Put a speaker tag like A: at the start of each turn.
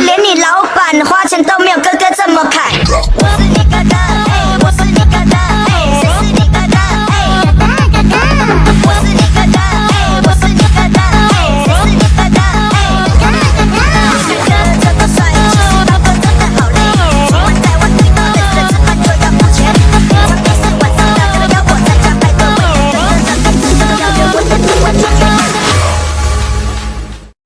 A: 连你老板花钱都没有哥哥这么砍。